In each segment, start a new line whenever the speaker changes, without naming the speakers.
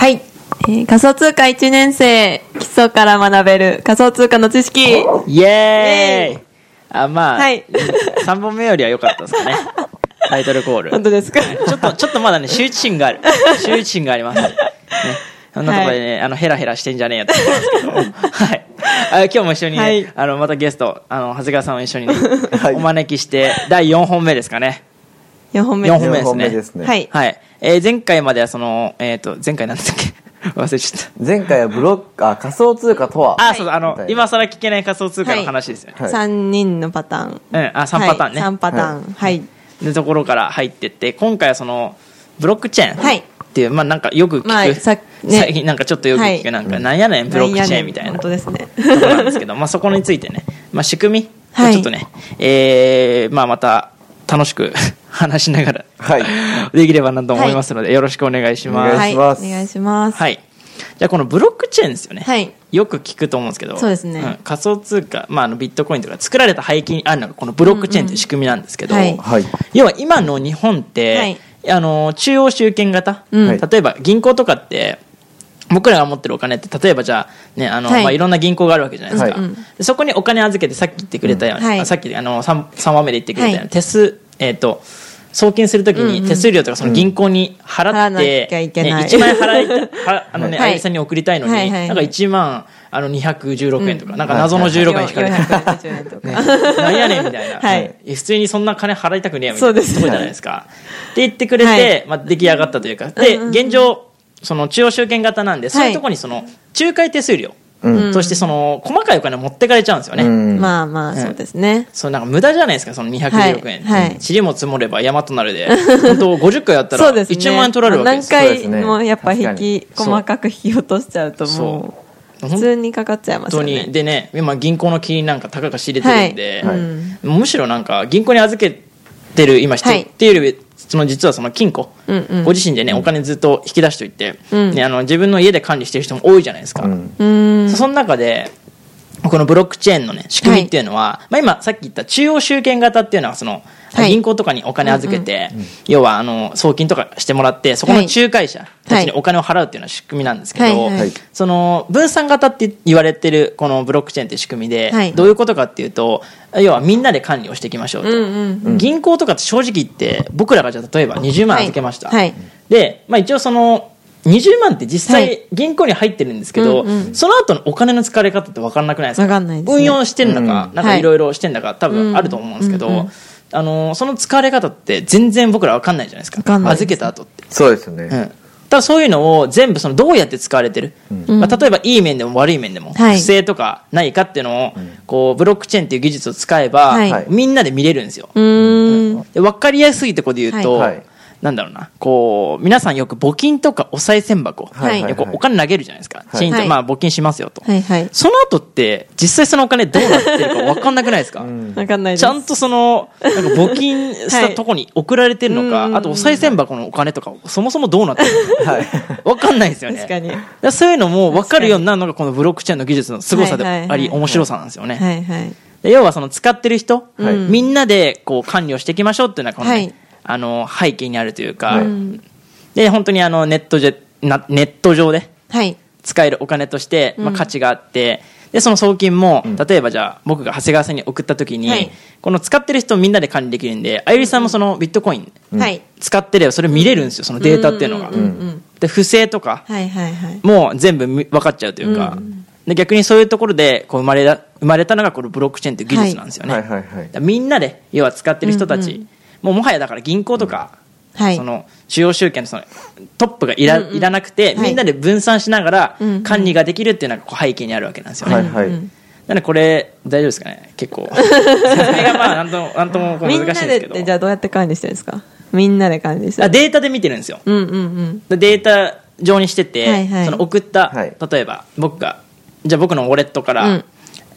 えー仮想通貨1年生基礎から学べる仮想通貨の知識
イエーイ
イエーイ
あ、まあ、
はい
3本目よりは良かったですかね。タイトルコール。
本当ですか
ちょっと、ちょっとまだね、羞恥心がある。羞恥心があります。ね。そんなとこでね、あの、ヘラヘラしてんじゃねえやって思うんですけど。はい。あ今日も一緒にね、
はい
あの、またゲスト、あの、長谷川さんを一緒にね、
はい
お招きして、第4本目ですかね。
4本目
四
四
本
本
目
目
で
ですす
ね
ね。
はい
はい。えー前回まではその、えっ、と、前回なんだっけ 忘れちゃった。
前回はブロック、あ、仮想通貨とは。
あ、そうそう、あの
は、い
今更聞けない仮想通貨の話ですよね。
はい
3人のパターン
うんあ三パターンね
はい、3パターンはい
のところから入ってって今回はそのブロックチェーン
はい
っていう、まあなんかよく聞く、
まあさね
最近なんかちょっとよく聞く、
はい
なんかなんやねんブロックチェーンみたい
んやねん
な
本当ですね
ところなんですけど、まあ、そこについてね、まあ、仕組み
は
を
い
ちょっとね、えーまあ、また楽しく 話しながら、
はい
できればなと思いますので、よろしくお願いし
お
ます。
願いします
はい、お願いします、
はい、じゃあこのブロックチェーンですよね、
はい
よく聞くと思うんですけど
そうですね
ん仮想通貨、まあ、あのビットコインとか作られた背景にあるのがこのブロックチェーンという仕組みなんですけど、
うんうん
はい。
要は今の日本って、あの中央集権型、
うん
はい
例えば銀行とかって僕らが持ってるお金って例えばじゃあ,、ねあの
はい
いまあ、いろんな銀行があるわけじゃないですか、
はい
うん
でそこにお金預けてさっき言ってくれたよう
う
に、
んはい
あさっきあの 3, 三話目で言ってくれたように、
はい
手数えっ、と送金するとき
うんう
に
ん
手数料とかその銀行に払
払わ
っ
なき
て、
ゃいけない
ね、1万円払 いはあの、ね
はい
あゆみさんに送りたいのに、
はいはいはい
なんか1万あの216円とか、なんか謎の
はい
16円引かれて
480円とか、
なんやねんみたいな、
はい
普通にそんな金払いたくねえみた
そ
いうな
です
とこじゃないですか。って言ってくれて、
はい
まあ、出来上がったというか、で、現状、その中央集権型なんで、そういうところにその仲介手数料、
うん。
としてその細かいお金を持ってかれちゃうんですよね。
うん。
まあまあそうですね、
そうなんか無駄じゃないですか、その216円。
はいはい
塵も積もれば山となるで、本当50回やった
そ
ら
うですね
1万円取られるわけですよ。
そう
何
ですね
回もやっぱ引き
確かに
細かく引き落としちゃうともう普通にかかっちゃいま
本
すよ
当
ね
に。でね、今銀行の金利なんか高が知れてるんで、
はいうん
むしろなんか銀行に預けてる今して、
はい
っていうよりその実はその金庫、
うんうん
ご自身でねお金ずっと引き出しておいて、
うん
ね、あの自分の家で管理してる人も多いじゃないですか、
うん。
うん
その中でこのブロックチェーンのね仕組みっていうのは、まあ、今さっき言った中央集権型っていうのはその、
はい
銀行とかにお金預けて、要はあの送金とかしてもらってそこの
はい
仲介者たちにお金を払うっていうのは仕組みなんですけど、
はいはい
はい
その分散型って言われてるこのブロックチェーンっていう仕組みで、
はい
どういうことかっていうと要はみんなで管理をしていきましょうと、銀行とかって正直言って僕らがじゃあ例えば20万預けました、
はいはい
で、まあ、一応その20万って実
は
際
い
銀行に入ってるんですけど、
うんうん
その後のお金の使われ方って分かんなくないですか
わかんないですね
運用してんだか、
うん
なんかいろいろしてんだか多分あると思うんですけど、あのその使われ方って全然僕ら分かんないじゃないですか
わかんないです
預けた後って
そうですよね。
うん、ただそういうのを全部そのどうやって使われてる、まあ、例えばいい面でも悪い面でも
はい
不正とかないかっていうのをこうブロックチェーンっていう技術を使えば
はい
みんなで見れるんですよ、
うーん
で分かりやすいところで言うと、
はいはい
なんだろうなこう皆さんよく募金とかお賽銭箱、
はい
よくお金投げるじゃないですか、
い
チーンと、
はい
まあ、募金しますよと、
はいはい
その後って実際そのお金どうなってるか分かんなくな いですか、
わかんないです
ちゃんとそのなんか募金したとこに送られてるのか、あとお賽銭箱のお金とかそもそもどうなってるの か、分かんないですよね
確かに
だらそういうのも分かるようになるのがこのブロックチェーンの技術の凄さで
はいはい
あ
はい
り面白さなんですよね、
はいはい
で要はその使ってる人、
はい
みんなでこう管理をしていきましょうっていうのはこのね、
はい
あの背景にあるというか、
はい
で本当にあのネットじなネット上で
はい
使えるお金として、まあ、価値があって、でその送金も、例えばじゃあ僕が長谷川さんに送った時に、
はい
この使ってる人をみんなで管理できるんであゆりさんもそのビットコイン
はい
使ってればそれ見れるんですよそのデータっていうのが。で不正とか
はいはいはい
もう全部み分かっちゃうというか、で逆にそういうところでこう生まれた生まれたのがこのブロックチェーンという技術なんですよね、
はいはいはい
だからみんなで要は使ってる人たち、もうもはやだから銀行とか、
はい
その中央集権のそのトップがいら,、いらなくて、
はい
みんなで分散しながら
うんうん
管理ができるっていうのがこう背景にあるわけなんですよね、
はいはい。
なのでこれ大丈夫ですかね 結構説明がまあなんともなんともこう
みんな
難しいん
ですっ
でけど
てじゃあどうやって管理してるんですかみんなで管理して
あ
る
データで見てるんですよ
うんうん
でデータ上にしてて、
はいはい
その送った、
はい
例えば僕がじゃあ僕のウォレットから、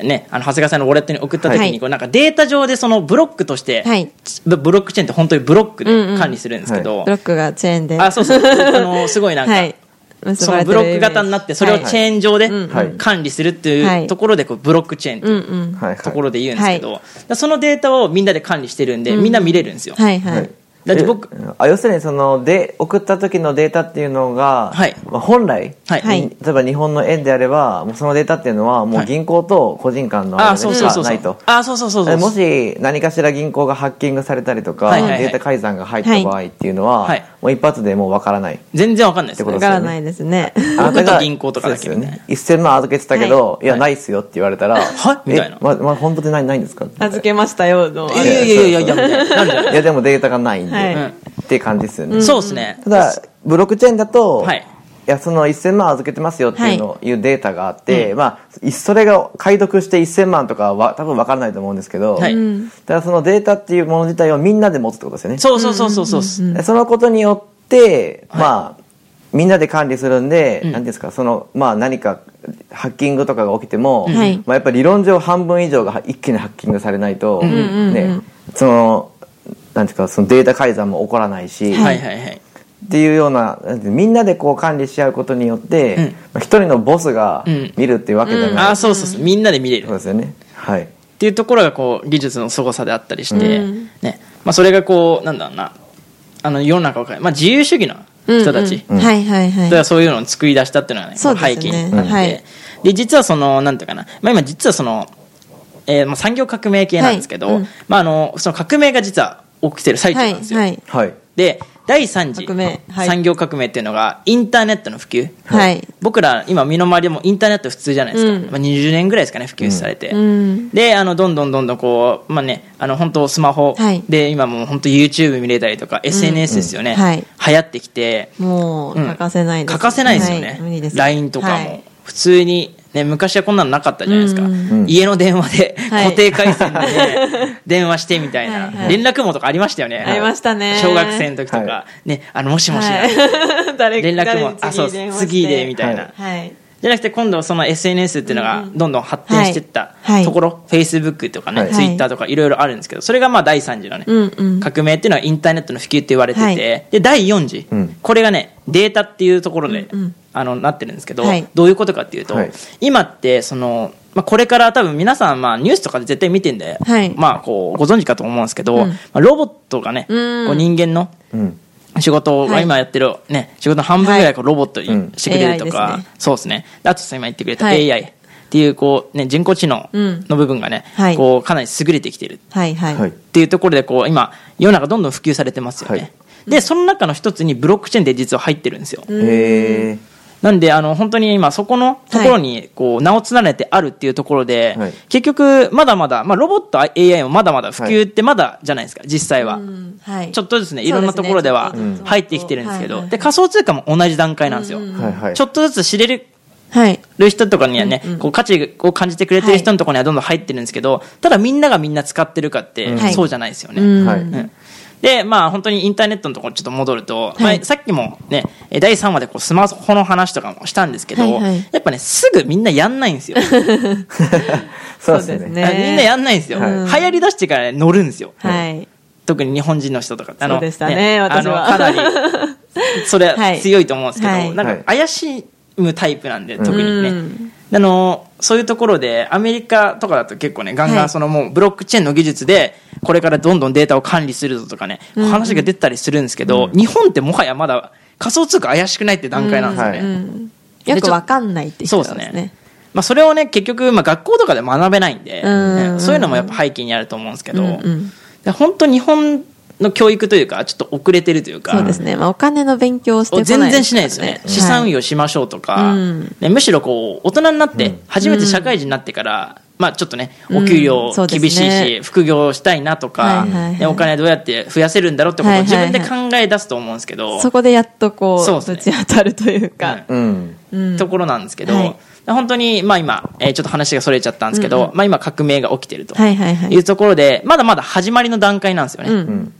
ね、あの長谷川さんのウォレットに送った時に、
はい
こうなんかデータ上でそのブロックとして、
はい
ブブロックチェーンって本当にブロックで管理するんですけど、
うんブロックがチェーンで
あそ うそうあのすごいなんか、
はい結
そ
ば
の
れて
ブ
る
ロック型になってそれをチェーン上で
はいうん
管理するって
はいいう
ところでこうブロックチェーンって
うん
いううん
はいはい。
ところで言うんですけど、だからそのデータをみんなで管理してるんで、みんな見れるんですよ、
はいは
はいい
だって僕、
えあ要するにそので送った時のデータっていうのが、
はい
まあ、本来、
はい
はい
に例えば日本の円であればもうそのデータっていうのはも
は
う
い
銀行と個人間の
あ
あ
あ、
れ
そう
し
そうそ
か
う
な
そ
いうと。
あ、そうそうそうそ
え
う。
もし何かしら銀行がハッキングされたりとか、
はいはいはい
データ改ざんが入った場合っていうのは、
はいはい
もう一発でもうわからない
全然わかんないです
ってこ
わ
と
ね。
からないですね。
僕と
あなたが
銀行とかだけ
そうです
み
よ
た
ね1000万預けてたけど、い、や
はい
ないっすよって言われたら
はい
え
みたいな
まま本当でないないんですか
預けましたよ、どうも
いやいやいやいやいや、みたいななるじゃない
いやでもデータがないんで、
はい
っていう感じですよね、
そうですね。
ただブロックチェーンだと、
はい
いやその1000万預けてますよっていうの、、
はい
うデータがあって、まあ、いそれが解読して1000万とかは多分分からないと思うんですけど、
はい
ただそのデータっていうもの自体をみんなで持つってことですよね
そうそうそうそうそうっす。
でそのことによって、まあみんなで管理するんで、なんていうんですかそのまあ何かハッキングとかが起きても、
はい
まあやっぱり理論上半分以上が一気にハッキングされないと、ねそのなんていうかそのデータ改ざんも起こらないし、
はいはいはい。
っていうようななんていうみんなでこう管理し合うことによって
うん
まあ一、人のボスが
うん
見るっていうわけじゃない、
あ、そうそうそう。みんなで見れる
そう。ですよねはい
っていうところがこう技術の凄さであったりして、
うん
ねまあ、それがこうなんだろうなあの世の中を変え、まあ、自由主義の人たち、
うんうんはいはいは
だ
い。
からそういうのを作り出したっていうのが、ね
そうですね
背景にあって、
はい
で実はそのなんていうかな、まあ、今実はその、えーまあ、産業革命系なんですけど、
はいうん
まあ、あのその革命が実は起きてる最中
は
ないんですよ、
はい。
はい
で第3次
革命はい
産業革命っていうのがインターネットの普及
はい。
僕ら今身の回りでもインターネット普通じゃないですか、
うん
まあ、20年ぐらいですかね普及されて、
うん。
であのどんどんどんどんこうまあねあの本当スマホ
はい
で今もう本当 YouTube 見れたりとか SNS ですよね、
うんはい
流行ってきて
もう、
うん
欠かせないです。
欠かせないですよね、
はい無理です。
LINE とかも、
はい
普通に、ね、昔はこんなのなかったじゃないですか、
うん
うん
家の電話で、
はい
固定回線でね、 電話してみたいな
はいはい
連絡網とかありましたよね
ありましたね
小学生の時とか、
は
ねあのもしもし、
はい 誰
連絡もあ
誰
そう
に
で
電
す
話して
次でみたいな、
はい
はい。
じゃなくて今度その SNS っていうのがどんどん発展していった
はい
ところ、Facebook とかね、
はい
Twitter とかいろいろあるんですけどそれがまあ第3次のね、
うんうん。
革命っていうのはインターネットの普及って言われてて、
はい
で第4次、
うん
これがねデータっていうところで、
うんうん
あのなってるんですけど、
はい
どういうことかっていうと、
はい
今ってその、まあ、これから多分皆さんまあニュースとかで絶対見てんで、
はい
まあ、こうご存知かと思うんですけど、
うん
まあ、ロボットがね、
うん
こう人間の
うん
仕事
は
が
い
今やってる、ね、仕事の半分ぐらいこうロボットに
うん
してくれるとか、
AI ですね
そうですねあとさ今言ってくれた
はい
AI っていうこう、ね、人工知能
うん
の部分がね、
はい
こうかなり優れてきてる
はいはい。
はい
っていうところでこう今世の中どんどん普及されてますよね、
はい
でその中の一つにブロックチェーンって実は入ってるんですよ、
へえ
なんであの本当に今そこのところにこう名を連ねてあるっていうところで、
はい
結局まだまだ、まあ、ロボット AI もまだまだ普及ってまだじゃないですか実際は、
うんはい。
ちょっとずつ
そう
ね
ですね
いろんなところでは
ちょっとずつ
入ってきてるんですけど、
はいはい
で仮想通貨も同じ段階なんですよ、
はいはい
ちょっとずつ知れる
はい。
る人とかにはね、こう価値を感じてくれてる人のところにはどんどん入ってるんですけど、ただみんながみんな使ってるかって、
はい
そうじゃないですよね、
うん
はい
うんでまあ本当にインターネットのところにちょっと戻ると、
はい
まあ、さっきもねえ第3話でこうスマホの話とかもしたんですけど、
はいはい
やっぱねすぐみんなやんないんですよ
そうです
そうです
ね
ね
あ みんなやんないんですよ、
はい
流行りだしてから、ね、乗るんですよ、
はい。
特に日本人の人とかあ
そうでしたね私は
あのかなりそれは強いと思うんですけど、
はい
なんか怪しむタイプなんで、特にね、
うん
あのそういうところでアメリカとかだと結構ねガンガ
は
ン
い
そのもうブロックチェーンの技術でこれからどんどんデータを管理するぞとかね、話が出たりするんですけど、日本ってもはやまだ仮想通貨怪しくないって段階なんですよね、
うん
うんよくわかんないって
そう
人
です
です
ね
ね。。
まあ、それをね、結局、まあ、学校とかで学べないんで、
うん
ねそういうのもやっぱ背景にあると思うんですけど、
うんうん
で本当日本の教育というか、ちょっと遅れてるというか、
そうですね。まあお金の勉強をしてこないから
全
ね
然しないですよね、資産運用しましょうとか、
うん
ねむしろこう大人になって、初めて社会人になってから、まあ、ちょっとね、お給料
うんそうですね
厳しいし、副業したいなとか、
はいはいはい
ねお金どうやって増やせるんだろうってこと
は
を
いはい
自
はい
分で考え出すと思うんですけど、
そこでやっとこ
そう
う、
ですね
ぶち当たるという
うん
か。
うん
うん
ところなんですけど、
はい
本当に、まあ、今、えーちょっと話がそれちゃったんですけど、まあ、今革命が起きてると
はいはいはい
いうところでまだまだ始まりの段階なんですよね、
う。
うんん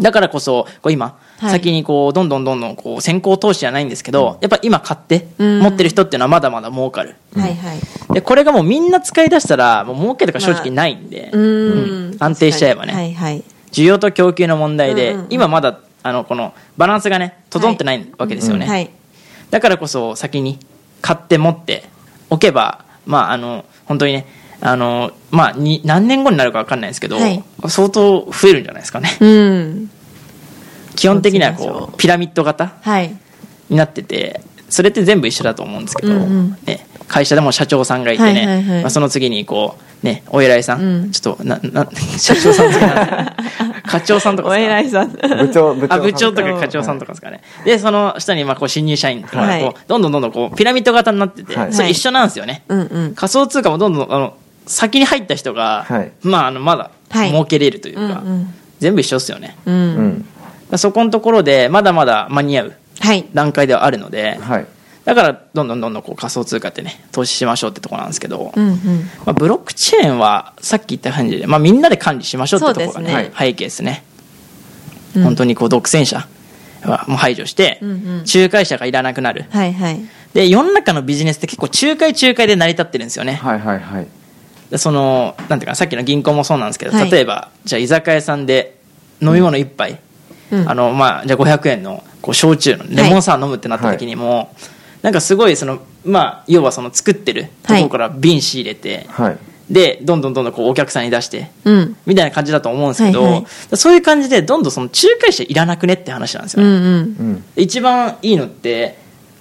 だからこそこう今、
はい
先にこうどんどんどんどんこう先行投資じゃないんですけど、やっぱ今買って
うん
持ってる人っていうのはまだまだ儲かる、
はいはい。
でこれがもうみんな使い出したらもう儲けとか正直ないんで、
うん。
安定しちゃえばね
はいはい。
需要と供給の問題で、
うんうんうん
今まだあのこのバランスがね整ってないわけですよね、
はい。
だからこそ先に買って持っておけば、まあ、あの本当にねあの、まあ、に何年後になるか分かんないですけど、
はい
相当増えるんじゃないですかね。
うん。
基本的には
どっちなん
こ
でしょ
うピラミッド型
はい。
になっててそれって全部一緒だと思うんですけど、
うんうん
ね、会社でも社長さんがいてね、
はいはいはい
まあ、その次にこう、ね、お偉いさん、
うん
ちょっとなな社長さんとか 課長さんとか
お
ですか
偉いさん。
部長部長
あ部長と
さん
か
とか
課長さんとかですかね、でその下にまあこう新入社員とか、
はい
こうどんどんどんどんこうピラミッド型になってて、
はい
それ一緒なんですよね、
うんうん。
仮想通貨もどんどんあの先に入った人が、
はい
まあ、あのまだ
はい
儲けれるというか、
うん
全部一緒ですよね
う。
うん
うん。
ん
だからそこのところでまだまだ間に合う
はい。
段階ではあるので、
はい
だからどんどんどんどんこう仮想通貨ってね投資しましょうってところなんですけど、
うんうん。
まあ、ブロックチェーンはさっき言った感じで、まあ、みんなで管理しましょうってところがね
そう
ですね
背景ですね、
うん
本当にこう独占者はもう排除して、
うんうん
仲介者がいらなくなる
はいはい。
で世の中のビジネスって結構仲介仲介で成り立ってるんですよね、
はいはいはい
でそのなんていうかさっきの銀行もそうなんですけど、
はい
例えばじゃあ居酒屋さんで飲み物一杯、
うん
あのまあ、じゃあ500円のこう焼酎のレモンサワー飲むってなった時にも、なんかすごいその、まあ、要はその作ってるところから瓶仕入れて、
はい
でどんどんどんどんこうお客さんに出して
うん。
みたいな感じだと思うんですけど、
はいはい
そういう感じでどんどんその仲介者いらなくねって話なんですよ
うん
ね、
うん。
うん
一番いいのって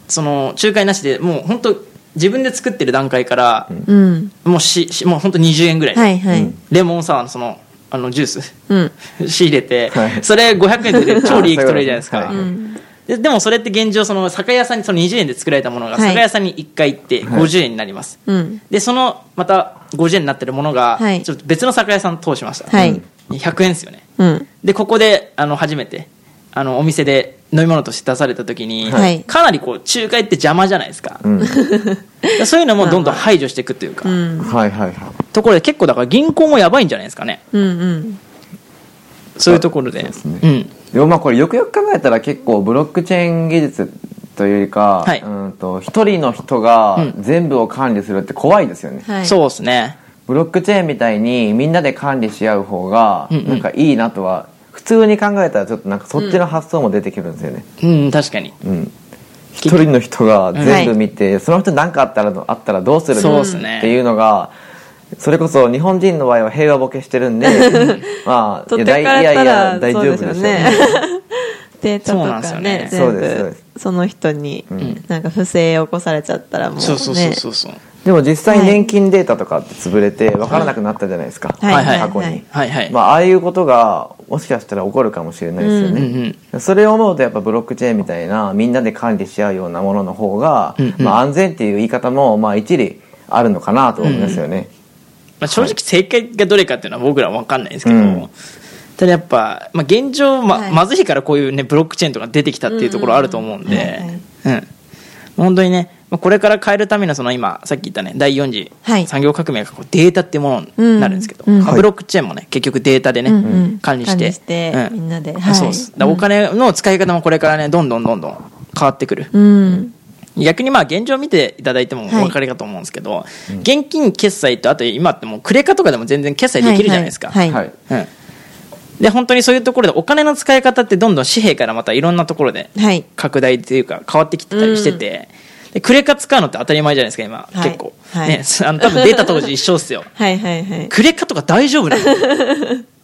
その仲介なしでもう本当自分で作ってる段階から、
うん。
もうししもう本当20円ぐらいで、
はいは
う
い
ん。
レモンサワーのそのあのジュース
うん。
仕入れて、
はい
それ500円で超利益取れるじゃないですか、
はい
うん。
ででもそれって現状その酒屋さんにその20円で作られたもの
は
が
い
酒屋さんに1回行って
はい
50円になります、
うん。
でそのまた50円になってるものが
はい
ちょっと別の酒屋さん通しました、
はい。
100円ですよね
うん。
でここであの初めてあのお店で飲み物として出された時に、
はい
かなりこう仲介って邪魔じゃないですか
う、ん
でそういうのもどんどん排除していくというか、
うん。
はいはいはい
ところで結構だから銀行もやばいんじゃないですかね
うんうん。
そういうところで
そうですね
うん
でもまあこれよくよく考えたら結構ブロックチェーン技術というよりか、
はい
うんと一人の人が
うん
全部を管理するって怖いですよね、
はい。
そうですね
ブロックチェーンみたいにみんなで管理し合う方が
うんうん
なんかいいなとは普通に考えたらちょっとなんかそっちの発想も出てくるんですよね
うん確かに
うん一人の人が全部見て、その人何かあったらあったらどうする
そう
の
っすね
っていうのがそれこそ日本人の場合は平和ボケしてるんで まあ
取っ
いや
てかれたら
大
そう
丈夫
で
ですす
よ
よ
ね データ
そうなんで
と
すよ
か
ね
ね
そう
全
ですそう
部
です
その人に
ん
なんか不正を起こされちゃったらもうね
そうそうそうそうそう
でも実際年金データとかって潰れて分からなくなったじゃないですか、
はい
はい
過去に、
はい
はいはい、
まあ、ああいうことがもしかしたら起こるかもしれないですよ
うん
ね、
うん
それを思うとやっぱブロックチェーンみたいなみんなで管理し合うようなものの方が、
うんうん
まあ、安全っていう言い方もまあ一理あるのかなと思いますよね、
まあ、正直正解がどれかっていうのは僕らは分かんないですけど、
うん
ただやっぱ、まあ、現状、ま
はい
まずいからこういうねブロックチェーンとか出てきたっていうところあると思うんでうん本当にねまあこれから変えるためのその今さっき言ったね第4次
はい
産業革命がこうデータっていうものになるんですけど、
うん
まあ
はい
ブロックチェーンもね結局データでね、
うんうん
管理して
管理してみんなではい
そうっすだからお金の使い方もこれからねどんどんどんどん変わってくる
うん
逆にまあ現状見ていただいてもお
はい
分かりかと思うんですけど、現金決済とあと今ってもうクレカとかでも全然決済できるじゃないですか、
はい
は
はい
い
うん、で本当にそういうところでお金の使い方ってどんどん紙幣からまたいろんなところで
はい
拡大というか変わってきてたりしてて、でクレカ使うのって当たり前じゃないですか今、
はい
結構、
はい
ね、あの多分データ当時一緒っすよ
はいはいはい
クレカとか大丈 夫なの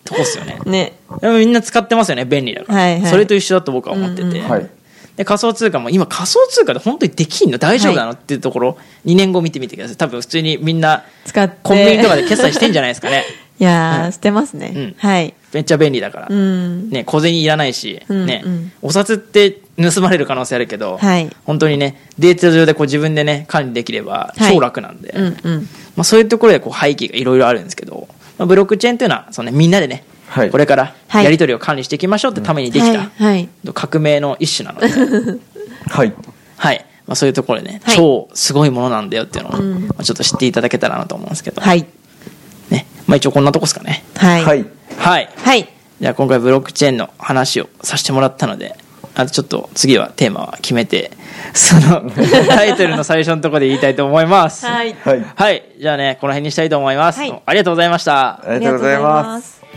とこっすよね
ね
でもみんな使ってますよね便利だから、
はいはい
それと一緒だと僕は思ってて、
うんうん
はい
で仮想通貨も今仮想通貨で本当にできんの大丈夫なの、
は
っていうところ2年後見てみてください多分普通にみんな
使って
コンビニとかで決済してんじゃないですかね
いやーしてます
うん
ねはい
めっちゃ便利だから、
うん
ね、小銭いらないし、
うん
ね
うん
お札って盗まれる可能性あるけど、
はい
本当にねデータ上でこう自分でね管理できれば
はい
超楽なんで、
うんうん
まあ、そういうところでこう背景がいろいろあるんですけど、まあ、ブロックチェーンというのはその、ね、みんなでね、
はい
これから
はい
やり取りを管理していきましょうってためにできた、
はいはい
革命の一種なので、
はい
はいまあ、そういうところでね、
はい
超すごいものなんだよっていうのを、
うん
まあ、ちょっと知っていただけたらなと思うんですけど、
はい
ねまあ、一応こんなとこですかね
はい
はい
はい
はい
じゃあ今回ブロックチェーンの話をさせてもらったのであとちょっと次はテーマは決めてその タイトルの最初のところで言いたいと思います
はい
はい
はい、じゃあねこの辺にしたいと思います、
はい
ありがとうございました
ありがとうございます
す